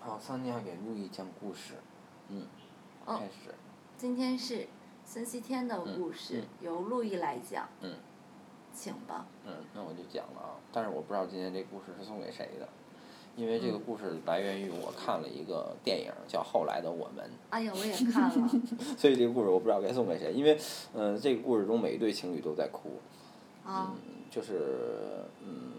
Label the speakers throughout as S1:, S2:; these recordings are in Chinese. S1: 好，哦桑尼要给路易讲故事，嗯，
S2: 哦
S1: 开始，
S2: 今天是星期天的
S1: 嗯
S2: 故事，
S1: 嗯
S2: 由路易来讲，
S1: 嗯
S2: 请吧。
S1: 嗯，那我就讲了啊，但是我不知道今天这故事是送给谁的，因为这个
S2: 嗯
S1: 故事来源于我看了一个电影叫《后来的我们》，
S2: 哎呀，我也看 了，
S1: 所以这个故事我不知道该送给谁，因为，嗯、这个故事中每一对情侣都在哭，嗯
S2: 啊，
S1: 就是，嗯，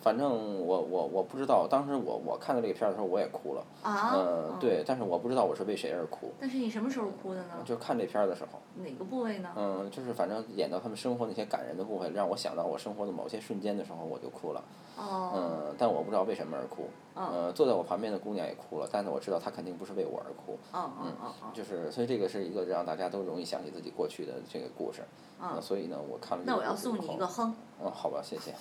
S1: 反正我我我不知道，当时我我看到这个片儿的时候我也哭了，
S2: 啊，
S1: 嗯
S2: 嗯，
S1: 对，但是我不知道我是为谁而哭，
S2: 但是你什么时候哭的呢？
S1: 就看这片儿的时候，
S2: 哪个部位呢？
S1: 嗯，就是反正演到他们生活那些感人的部分，让我想到我生活的某些瞬间的时候，我就哭了，
S2: 哦，
S1: 嗯，但我不知道为什么而哭，
S2: 嗯，
S1: 嗯，坐在我旁边的姑娘也哭了，但是我知道她肯定不是为我而哭，
S2: 嗯嗯嗯嗯
S1: 就是所以这个是一个让大家都容易想起自己过去的这个故事，嗯，
S2: 嗯，
S1: 所以呢，我看了这
S2: 那
S1: 个
S2: 我要
S1: 故事以
S2: 送你一
S1: 后
S2: 个哼，
S1: 嗯，好吧，谢 谢。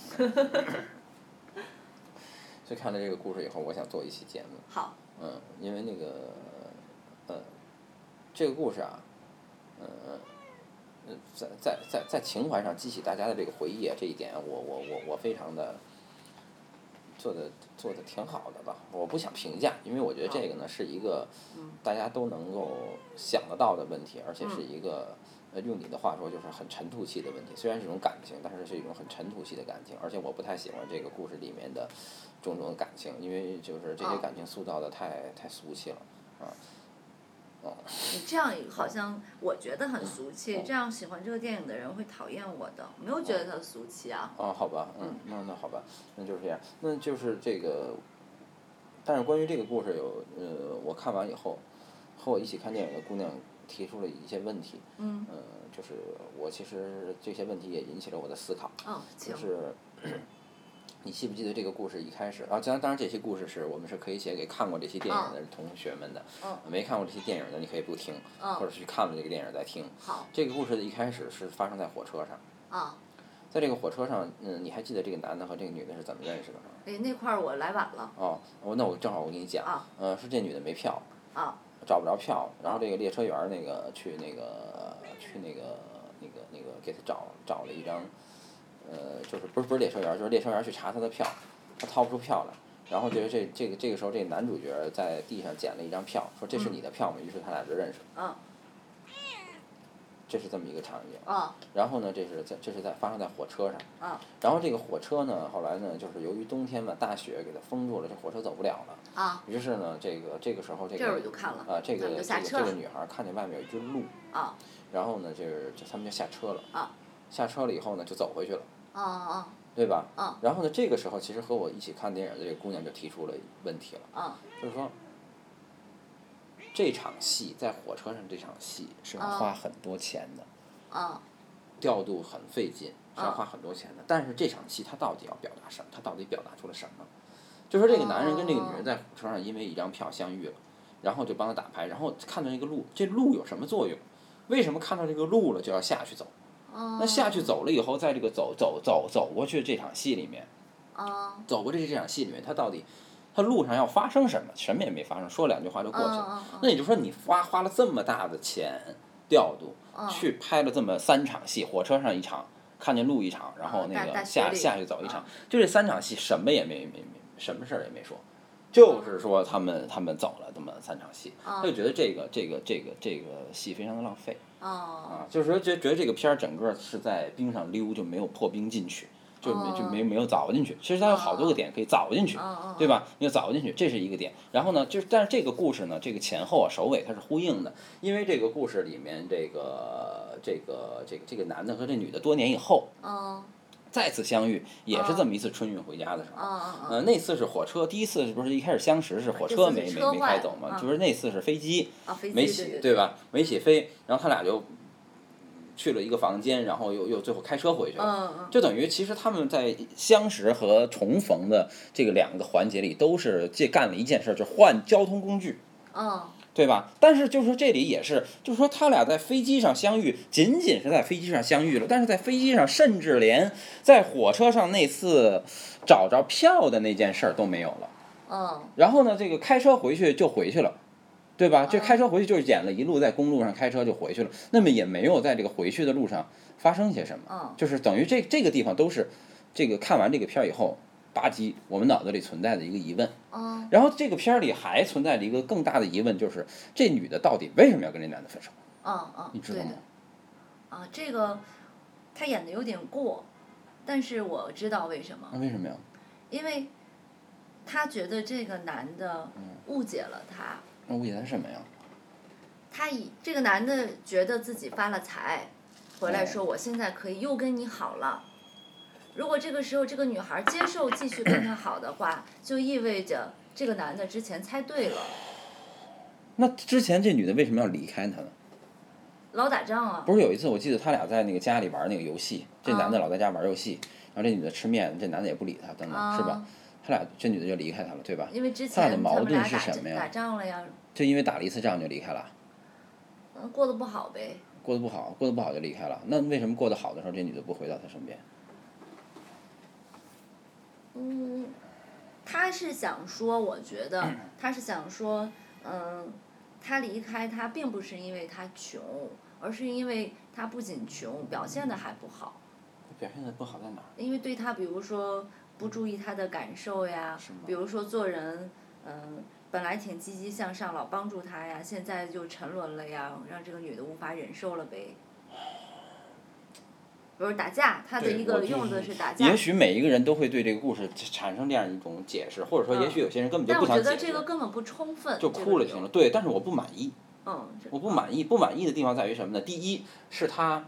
S1: 所以看了这个故事以后，我想做一期节目，
S2: 好，
S1: 嗯，因为那个，呃，这个故事啊，嗯、呃，在在在在情怀上激起大家的这个回忆啊，这一点我我我我非常的做的做的挺好的吧，我不想评价，因为我觉得这个呢是一个
S2: 啊嗯
S1: 大家都能够想得到的问题，而且是
S2: 嗯
S1: 一个。呃，用你的话说就是很尘土气的问题，虽然是一种感情，但是是一种很尘土气的感情，而且我不太喜欢这个故事里面的种种感情，因为就是这些
S2: 哦
S1: 感情塑造的太太俗气了。
S2: 你这样好像我觉得
S1: 嗯
S2: 很俗气，这样喜欢这个电影的人会讨厌我的，没有觉得它俗气啊。
S1: 啊，好吧，嗯
S2: 嗯，
S1: 那那好吧，那就是这样，那就是这个，但是关于这个故事有，呃，我看完以后，和我一起看电影的姑娘提出了一些问题，
S2: 嗯，
S1: 嗯、就是我其实这些问题也引起了我的思考，
S2: 哦，请
S1: 就，是。 你记不记得这个故事一开始？啊，当当然，这些故事是我们是可以写给看过这些电影的同学们的。
S2: 嗯
S1: 没看过这些电影的，你可以不听，或
S2: 嗯，
S1: 者是去看了这个电影再听。
S2: 好，
S1: 这个故事的一开始是发生在火车上，
S2: 啊，
S1: 在这个火车上，嗯，你还记得这个男的和这个女的是怎么认识的吗？
S2: 哎，那块儿我来晚了，
S1: 哦，我那我正好我跟你讲，
S2: 啊
S1: 呃，是这女的没票，
S2: 啊，
S1: 找不着票，然后这个列车员儿那个去那个去那个那个那个给她找找了一张，呃，就是不是不是列车员儿，就是列车员儿去查她的票，她掏不出票来，然后就是这这个这个时候这男主角在地上捡了一张票，说这是你的票吗？于是他俩就认识了，
S2: 嗯，
S1: 这是这么一个场景。
S2: 啊，
S1: 然后呢，这是在这是在发生在火车上。
S2: 啊
S1: 然后这个火车呢，后来呢，就是由于冬天嘛，大雪给它封住了，这火车走不了了。
S2: 啊，
S1: 于是呢，这个这个时候，这
S2: 这会儿我
S1: 个
S2: 就看了，
S1: 啊，这
S2: 咱
S1: 个
S2: 们就
S1: 这
S2: 下
S1: 个
S2: 车
S1: 这个
S2: 了，
S1: 女孩看见外面有一只鹿，
S2: 啊，
S1: 然后呢，就是就他们就下车了。
S2: 啊
S1: 下车了以后呢，就走回去了，
S2: 啊啊
S1: 对吧？
S2: 啊
S1: 然后呢，这个时候其实和我一起看电影的这个姑娘就提出了问题了，
S2: 啊，
S1: 就是说，这场戏在火车上这场戏是要
S2: 啊
S1: 花很多钱的。
S2: 啊，
S1: 调度很费劲，是要
S2: 啊
S1: 花很多钱的。但是这场戏他到底要表达什么？他到底表达出了什么？就说这个男人跟这个女人在火车上因为一张票相遇了，然后就帮他打牌，然后看到那个鹿，这鹿有什么作用？为什么看到这个鹿了就要下去走？那
S2: 那
S1: 下去走了以后，在这个走走走走过去这场戏里面，
S2: 啊，
S1: 走过去这场戏里面，他到底他路上要发生什么？什么也没发生，说两句话就过去了。
S2: 啊
S1: 那也就是说，你花花了这么大的钱调度，
S2: 啊，
S1: 去拍了这么三场戏，火车上一场，看见路一场，然后
S2: 啊
S1: 那
S2: 大
S1: 个
S2: 大
S1: 下
S2: 学里
S1: 下去走一场
S2: 啊，
S1: 就这三场戏什么也没没没什么事儿也没说，就是说他们他们走了这么三场戏，
S2: 啊
S1: 他就觉得这个这个这个这个戏非常的浪费
S2: 啊
S1: 啊，就是说觉觉得这个片儿整个是在冰上溜，就没有破冰进去，就没就
S2: 嗯
S1: 没没有凿进去，其实它有好多个点可以凿进去，
S2: 啊
S1: 对吧？你就凿进去，这是一个点。然后呢，就是但是这个故事呢，这个前后啊首尾它是呼应的，因为这个故事里面这个这个这个这个男的和这女的多年以后
S2: 啊
S1: 再次相遇，也是这
S2: 嗯
S1: 么一次春运回家的时
S2: 啊
S1: 候。
S2: 啊
S1: 呃，那次是火车，第一次是不是一开始相识是火
S2: 这
S1: 车
S2: 次是
S1: 没没
S2: 车
S1: 没
S2: 坏
S1: 开
S2: 了
S1: 走嘛？
S2: 啊
S1: 就是那次是飞机
S2: 啊，飞机
S1: 没起，
S2: 对
S1: 吧？没起飞，然后他俩就去了一个房间，然后又又最后开车回去了。
S2: 嗯嗯
S1: 就等于其实他们在相识和重逢的这个两个环节里，都是借干了一件事儿，就是换交通工具，
S2: 嗯
S1: 对吧？但是就是说这里也是，就是说他俩在飞机上相遇，仅仅是在飞机上相遇了，但是在飞机上，甚至连在火车上那次找着票的那件事儿都没有了。
S2: 嗯
S1: 然后呢，这个开车回去就回去了。对吧？这
S2: 啊
S1: 开车回去就是演了一路在公路上开车就回去了，那么也没有在这个回去的路上发生些什么。
S2: 嗯
S1: 就是等于这这个地方都是，这个看完这个片儿以后，吧唧我们脑子里存在的一个疑问。
S2: 嗯，
S1: 然后这个片儿里还存在着一个更大的疑问，就是这女的到底为什么要跟这男的分手？
S2: 嗯嗯，
S1: 你知道
S2: 对
S1: 吗
S2: 的。啊，这个他演的有点过，但是我知道为什么，
S1: 那为什么呀？
S2: 因为他觉得这个男的误解了他，
S1: 那误解她什么呀？
S2: 他以这个男的觉得自己发了财，回来说我现在可以又跟你好了。如果这个时候这个女孩接受继续跟他好的话，就意味着这个男的之前猜对了，
S1: 那之前这女的为什么要离开他呢？
S2: 老打仗啊。
S1: 不是有一次我记得他俩在那个家里玩那个游戏，这
S2: 啊
S1: 男的老在家玩游戏，然后这女的吃面，这男的也不理她，等等，
S2: 啊
S1: 是吧？他俩这女的就离开他了，对吧？
S2: 因为之
S1: 他俩的
S2: 前他
S1: 矛
S2: 们
S1: 盾
S2: 俩
S1: 是
S2: 打
S1: 什
S2: 仗
S1: 么呀
S2: 打仗了呀，
S1: 就因为打了一次仗就离开了，
S2: 嗯过得不好呗。
S1: 过得不好，过得不好就离开了。那为什么过得好的时候这女的不回到他身边？
S2: 嗯，他是想说，我觉 得他是想说，嗯，他离开他并不是因为他穷，而是因为他不仅穷，表现的还不好。
S1: 表现的不好在哪儿？
S2: 因为对他，比如说不注意他的感受呀
S1: 是吗，
S2: 比如说做人，嗯，本来挺积极向上，老帮助他呀，现在就沉沦了呀，让这个女的无法忍受了呗。比如打架，他的
S1: 对
S2: 一
S1: 我
S2: 个
S1: 就
S2: 用
S1: 是
S2: 的是打架。
S1: 也许每一个人都会对这个故事产生这样一种解释，或者说，也许有些人根本就
S2: 嗯但
S1: 不
S2: 我
S1: 想
S2: 觉
S1: 解
S2: 得
S1: 释，
S2: 这个根本不充分。
S1: 就哭了就
S2: 这个理
S1: 行
S2: 由
S1: 了。对，但是我不满意，
S2: 嗯，这
S1: 我不满意，不满意的地方在于什么呢？第一是他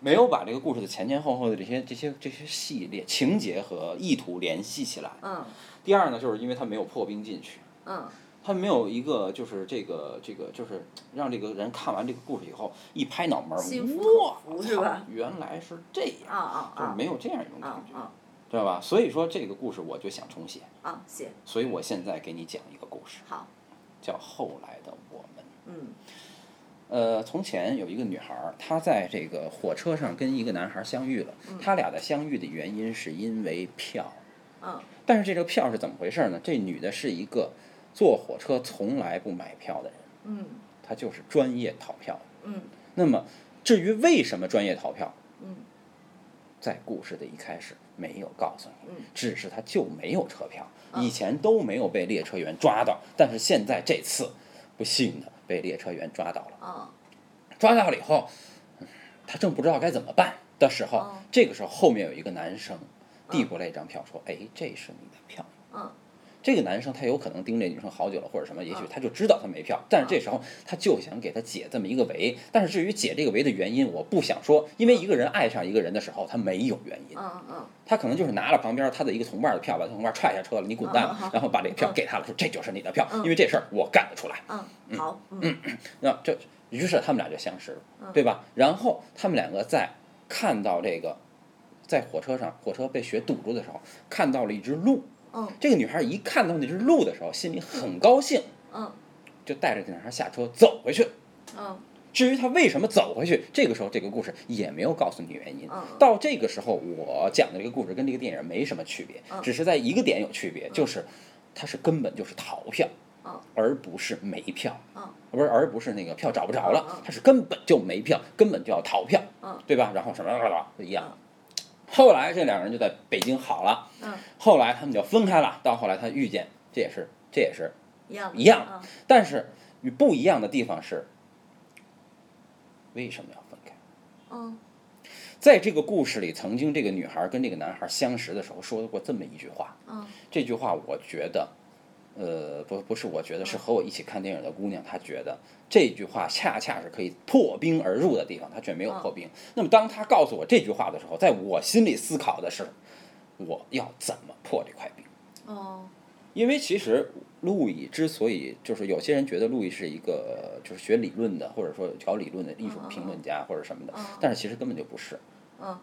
S1: 没有把这个故事的前前后后的这些这些这些系列情节和意图联系起来。
S2: 嗯
S1: 第二呢，就是因为他没有破冰进去。
S2: 嗯
S1: 他没有一个就是这个这个就是让这个人看完这个故事以后一拍脑门儿，
S2: 心服
S1: 哇
S2: 口服
S1: 操
S2: 是吧
S1: 原来是这样，
S2: 啊啊
S1: 就是
S2: 啊
S1: 没有这样一种感
S2: 啊
S1: 觉，
S2: 啊
S1: 知道吧？所以说这个故事我就想重写，
S2: 啊，行，
S1: 所以我现在给你讲一个故事，
S2: 好，
S1: 叫《后来的我们》。
S2: 嗯
S1: 呃，从前有一个女孩儿，她在这个火车上跟一个男孩儿相遇了。他俩的相遇的原因是因为票，
S2: 嗯
S1: 但是这个票是怎么回事呢？这女的是一个坐火车从来不买票的人，
S2: 嗯
S1: 她就是专业逃票。
S2: 嗯
S1: 那么，至于为什么专业逃票，
S2: 嗯，
S1: 在故事的一开始没有告诉你，
S2: 嗯
S1: 只是他就没有车票，
S2: 嗯
S1: 以前都没有被列车员抓到，但是现在这次不幸的被列车员抓到了，
S2: 嗯
S1: 抓到了以后，嗯他正不知道该怎么办的时候，
S2: 哦
S1: 这个时候后面有一个男生递过来一张票，说：“哎，这是你的票。”
S2: 嗯
S1: 这个男生他有可能盯这女生好久了，或者什么，也许他就知道她没票，
S2: 嗯
S1: 但是这时候他就想给她解这么一个围。但是至于解这个围的原因，我不想说，因为一个人爱上一个人的时候，他没有原因，
S2: 嗯嗯
S1: 他可能就是拿了旁边他的一个同伴的票，把他同伴踹下车了，你滚蛋吧
S2: 嗯嗯，
S1: 然后把这个票
S2: 嗯
S1: 给他了，说这就是你的票，
S2: 嗯
S1: 因为这事儿我干得出来。
S2: 嗯，好，嗯
S1: 那这于是他们俩就相识了，对吧？然后他们两个在看到这个，在火车上，火车被雪堵住的时候，看到了一只鹿。
S2: 嗯
S1: 这个女孩一看到那只鹿的时候，心里很高兴。
S2: 嗯
S1: 就带着这男孩下车走回去了。
S2: 嗯
S1: 至于他为什么走回去，这个时候这个故事也没有告诉你原因。
S2: 嗯
S1: 到这个时候，我讲的这个故事跟这个电影没什么区别，
S2: 嗯
S1: 只是在一个点有区别，就是它是根本就是逃票，
S2: 嗯
S1: 而不是没票，
S2: 嗯
S1: 不是而不是那个票找不着
S2: 嗯
S1: 了
S2: 嗯，
S1: 它是根本就没票，根本就要逃票，
S2: 嗯
S1: 对吧？然后什么一样。后来这两个人就在北京好了，
S2: 嗯，
S1: 后来他们就分开了。到后来他遇见，这也是这也是
S2: 一样
S1: 一样，但是与不一样的地方是，为什么要分开？
S2: 嗯
S1: 在这个故事里，曾经这个女孩跟这个男孩相识的时候说过这么一句话，
S2: 嗯
S1: 这句话我觉得，呃，不不是，我觉得是和我一起看电影的姑娘，她觉得这句话恰恰是可以破冰而入的地方，她却没有破冰。那么当她告诉我这句话的时候，在我心里思考的是，我要怎么破这块冰？
S2: 哦
S1: 因为其实路易之所以就是有些人觉得路易是一个就是学理论的，或者说搞理论的艺术评论家或者什么的
S2: 嗯，
S1: 但是其实根本就不是。
S2: 嗯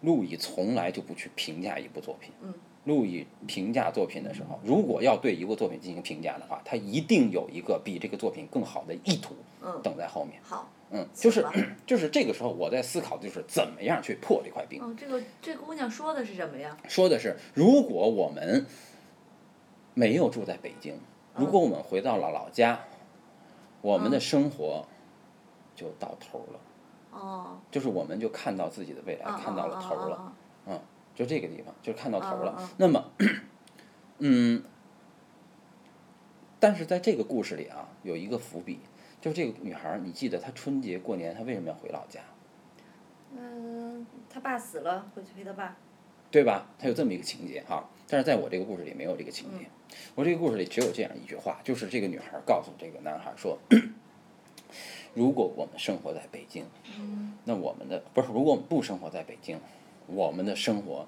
S1: 路易从来就不去评价一部作品。
S2: 嗯
S1: 路易评价作品的时候，如果要对一部作品进行评价的话，他一定有一个比这个作品更好的意图
S2: 嗯，
S1: 等在后面。
S2: 好，
S1: 嗯，就是
S2: 行吧
S1: 就是这个时候我在思考，就是怎么样去破这块冰。
S2: 嗯，这个这姑娘说的是什么呀？
S1: 说的是，如果我们没有住在北京，
S2: 嗯
S1: 如果我们回到了老家，我们的生活就到头了，
S2: 哦，
S1: 就是我们就看到自己的未来，
S2: 嗯
S1: 看到了头了，
S2: 嗯
S1: 就就这个地方，就看到头了。
S2: 嗯嗯
S1: 那么，嗯，但是在这个故事里啊，有一个伏笔，就是这个女孩儿，你记得她春节过年她为什么要回老家，
S2: 嗯，他爸死了，回去陪他爸。
S1: 对吧？她有这么一个情节哈、但是在我这个故事里没有这个情节，我这个故事里只有这样一句话，就是这个女孩儿告诉这个男孩儿说。 如果我们生活在北京，
S2: 嗯
S1: 那我们的不是，如果我们不生活在北京，我们的生活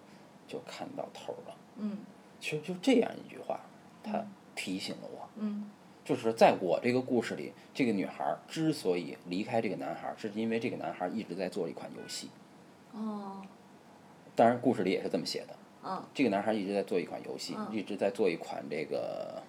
S1: 就看到头了。
S2: 嗯
S1: 其实就这样一句话，它提醒了我，
S2: 嗯
S1: 就是在我这个故事里，这个女孩儿之所以离开这个男孩儿，是因为这个男孩儿一直在做一款游戏。
S2: 哦
S1: 当然，故事里也是这么写的。
S2: 嗯
S1: 这个男孩儿一直在做一款游戏，
S2: 嗯
S1: 一直在做一款这个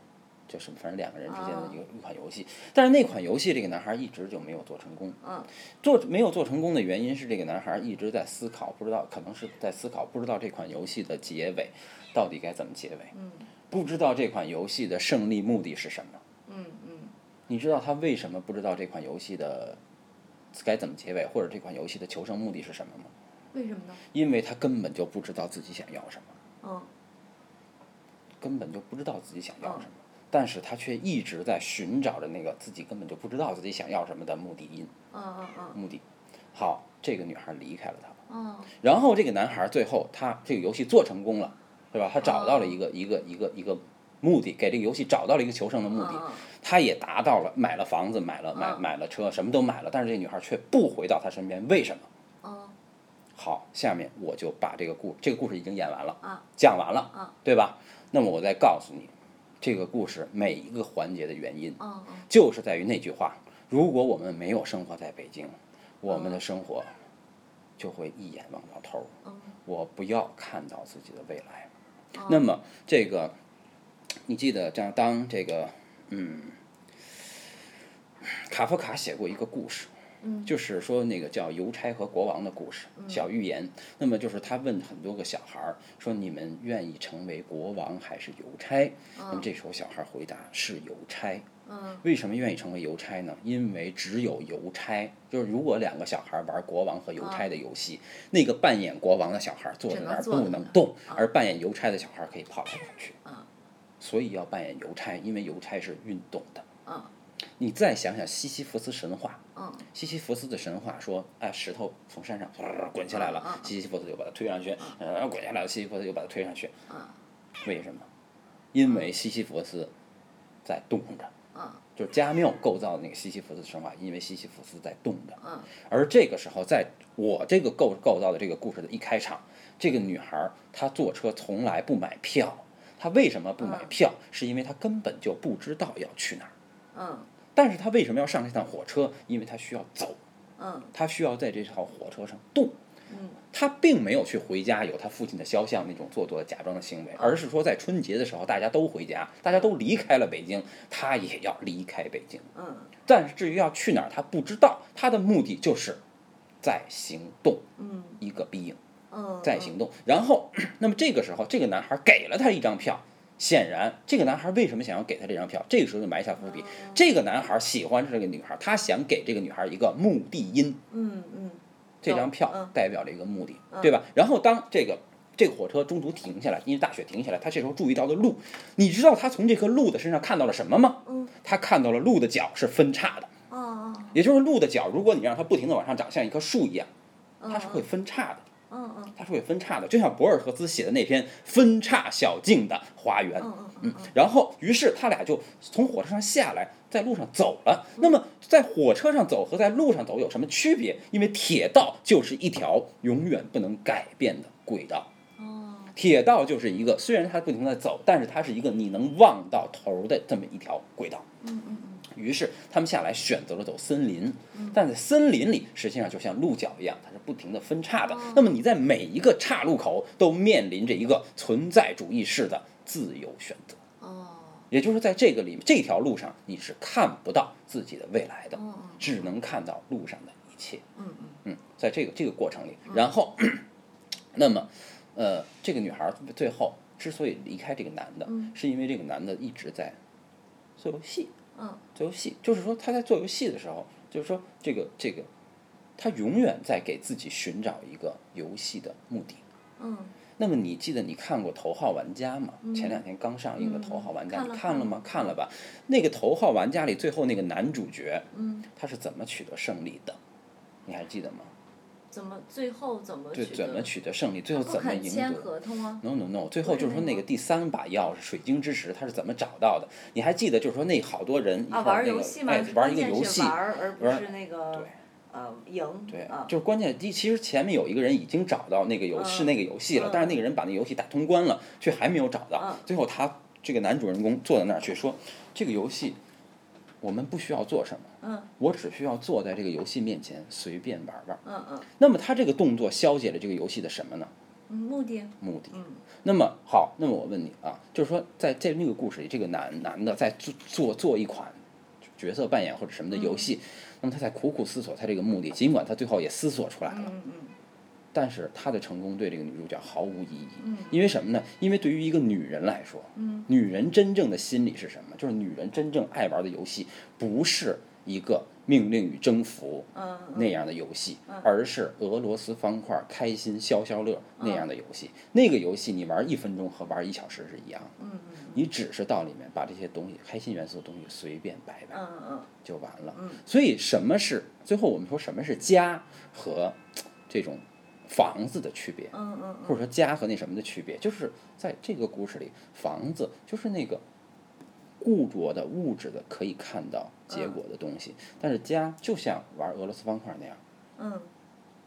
S1: 叫什么，反正两个人之间的
S2: 哦
S1: 一个、一款游戏。但是那款游戏，这个男孩儿一直就没有做成功。
S2: 嗯
S1: 做没有做成功的原因是，这个男孩儿一直在思考，不知道可能是在思考，不知道这款游戏的结尾到底该怎么结尾，
S2: 嗯
S1: 不知道这款游戏的胜利目的是什么。
S2: 嗯嗯
S1: 你知道他为什么不知道这款游戏的该怎么结尾，或者这款游戏的求生目的是什么吗？
S2: 为什么呢？
S1: 因为他根本就不知道自己想要什么，
S2: 嗯
S1: 根本就不知道自己想要什么，
S2: 嗯
S1: 但是他却一直在寻找着那个自己根本就不知道自己想要什么的目的因
S2: 嗯嗯嗯
S1: 目的。好，这个女孩离开了他，
S2: 嗯
S1: 然后这个男孩最后他这个游戏做成功了，对吧？他找到了一个、
S2: 嗯
S1: 一个一个一个目的，给这个游戏找到了一个求生的目的。
S2: 嗯
S1: 他也达到了，买了房子，买了买
S2: 嗯
S1: 买了车，什么都买了，但是这女孩却不回到他身边，为什么？
S2: 嗯
S1: 好，下面我就把这个故这个故事已经演完了，
S2: 嗯
S1: 讲完了，
S2: 嗯
S1: 对吧？那么我再告诉你，这个故事每一个环节的原因，
S2: 嗯嗯
S1: 就是在于那句话：如果我们没有生活在北京，我们的生活就会一眼望到头儿。
S2: 嗯
S1: 我不要看到自己的未来。
S2: 哦
S1: 那么这个，你记得这样，当这个，嗯，卡夫卡写过一个故事，
S2: 嗯
S1: 就是说那个叫邮差和国王的故事，小寓言。那么就是他问很多个小孩儿说：“你们愿意成为国王还是邮差？”那么这时候小孩儿回答是邮差。
S2: 嗯
S1: 为什么愿意成为邮差呢？因为只有邮差，就是如果两个小孩玩国王和邮差的游戏，那个扮演国王的小孩坐在那儿
S2: 嗯只能坐
S1: 不能动，
S2: 嗯
S1: 而扮演邮差的小孩可以跑来跑去。
S2: 啊
S1: 所以要扮演邮差，因为邮差是运动的。
S2: 嗯
S1: 你再想想西西弗斯神话，
S2: 嗯
S1: 西西弗斯的神话说，哎，石头从山上呃滚下来
S2: 啊
S1: 了
S2: 啊，
S1: 西西弗斯就把它推上去，呃，滚下来了，西西弗斯就把它推上去。
S2: 嗯
S1: 为什么？因为西西弗斯在动着。
S2: 嗯
S1: 就是加缪构造的那个西西弗斯神话，因为西西弗斯在动着，
S2: 嗯
S1: 而这个时候，在我这个构构造的这个故事的一开场，这个女孩儿她坐车从来不买票，她为什么不买票？是因为她根本就不知道要去哪儿。
S2: 嗯
S1: 但是她为什么要上这趟火车？因为她需要走，
S2: 嗯
S1: 她需要在这趟火车上动。
S2: 嗯
S1: 她并没有去回家有她父亲的肖像那种做作的假装的行为，
S2: 哦
S1: 而是说在春节的时候大家都回家，
S2: 嗯
S1: 大家都离开了北京，她也要离开北京。
S2: 嗯
S1: 但是至于要去哪儿，他不知道，他的目的就是在行动，
S2: 嗯
S1: 一个逼影
S2: 嗯
S1: 在行动。然后， 那么这个时候，这个男孩给了他一张票。显然，这个男孩为什么想要给他这张票？这个时候就埋下伏
S2: 哦
S1: 笔。这个男孩喜欢这个女孩，他想给这个女孩一个目的因。
S2: 嗯嗯
S1: 这张票
S2: 嗯
S1: 代表了一个目的，对吧？然后当这个这个火车中途停下来，因为大雪停下来，他这时候注意到了鹿。你知道他从这棵鹿的身上看到了什么吗？
S2: 嗯
S1: 他看到了鹿的脚是分叉的。
S2: 哦哦
S1: 也就是鹿的角，如果你让它不停地往上长，像一棵树一样，它是会分叉的，
S2: 嗯嗯
S1: 它是会分叉的，就像博尔赫斯写的那篇《分叉小径的花园》。
S2: 嗯嗯
S1: 然后，于是他俩就从火车上下来，在路上走了。那么，在火车上走和在路上走有什么区别？因为铁道就是一条永远不能改变的轨道。
S2: 哦
S1: 铁道就是一个，虽然它不停地走，但是它是一个你能望到头的这么一条轨道。
S2: 嗯嗯
S1: 于是他们下来选择了走森林，但在森林里实际上就像鹿角一样，它是不停的分叉的。那么你在每一个岔路口都面临着一个存在主义式的自由选择，
S2: 哦
S1: 也就是在这个里这条路上你是看不到自己的未来的，
S2: 嗯
S1: 只能看到路上的一切。
S2: 嗯
S1: 嗯，在这个这个过程里，然后， 那么，呃，这个女孩最后之所以离开这个男的，是因为这个男的一直在做游戏。
S2: 嗯
S1: 做游戏，就是说他在做游戏的时候，就是说这个这个，他永远在给自己寻找一个游戏的目的。
S2: 嗯
S1: 那么你记得你看过《头号玩家》吗？前两天刚上映的《
S2: 嗯
S1: 头号玩家》，
S2: 看了
S1: 你看了吗？看了吧。那个《头号玩家》里最后那个男主角，
S2: 嗯，
S1: 他是怎么取得胜利的？你还记得吗？
S2: 怎么最后怎么
S1: 对，
S2: 取
S1: 怎么
S2: 得
S1: 取得胜利？最后
S2: 不
S1: 怎么
S2: 肯
S1: 赢
S2: 签
S1: 得？
S2: 合同啊？
S1: no no no，最后就是说那个第三把钥匙水晶之石，它是怎么找到的？你还记得就是说那好多人一块
S3: 啊，
S1: 儿
S3: 玩儿
S1: 那
S3: 游
S1: 个
S3: 戏嘛，
S1: 哎
S3: 是
S1: 玩
S3: 关
S1: 儿一个
S3: 键
S1: 游
S3: 是
S1: 戏
S3: 玩，儿，而不
S1: 玩儿
S3: 是那个呃赢，
S1: 对
S3: 啊，
S1: 就是关键第其实前面有一个人已经找到那个游
S3: 嗯
S1: 是那个游戏了，但是那个人把那游戏打通关了，却还没有找到
S3: 嗯。
S1: 最后他这个男主人公坐在那儿去说，这个游戏我们不需要做什么。
S3: 嗯
S1: 我只需要坐在这个游戏面前随便玩玩。
S3: 嗯嗯
S1: 那么他这个动作消解了这个游戏的什么呢？
S2: 嗯目的
S1: 目的。
S3: 嗯
S1: 那么好，那么我问你啊，就是说在在那个故事里，这个男男的在做做做一款角色扮演或者什么的
S3: 嗯
S1: 游戏，那么他在苦苦思索他这个目的，尽管他最后也思索出来了，
S3: 嗯嗯
S1: 但是他的成功对这个女主角毫无意义，
S2: 嗯
S1: 因为什么呢？因为对于一个女人来说，
S2: 嗯
S1: 女人真正的心理是什么？就是女人真正爱玩的游戏，不是一个命令与征服
S3: 嗯
S1: 那样的游戏，而是俄罗斯方块开心消消乐那样的游戏。那个游戏你玩一分钟和玩一小时是一样的，
S3: 嗯
S1: 你只是到里面把这些东西开心元素的东西随便摆摆
S3: 嗯嗯
S1: 就完了。
S3: 嗯
S1: 所以什么是最后我们说什么是家和嘖这种房子的区别？
S3: 嗯嗯
S1: 或者说家和那什么的区别，就是在这个故事里，房子就是那个固着的物质的可以看到结
S3: 嗯
S1: 果的东西，但是家就像玩俄罗斯方块那样，
S3: 嗯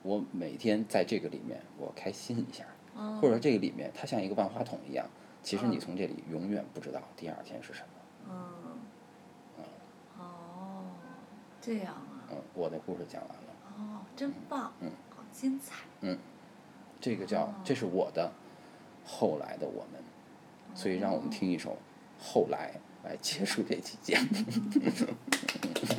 S1: 我每天在这个里面我开心一下，
S3: 嗯，
S1: 或者这个里面它像一个万花筒一样，其实你从这里永远不知道第二天是什么。
S3: 嗯哦，这样啊，
S1: 嗯，我的故事讲完了，
S3: 哦，真棒，
S1: 嗯
S3: 好精彩，
S1: 这个叫
S3: 哦
S1: 这是我的后来的我们，
S3: 哦
S1: 所以让我们听一首《后来》来结束这期节目。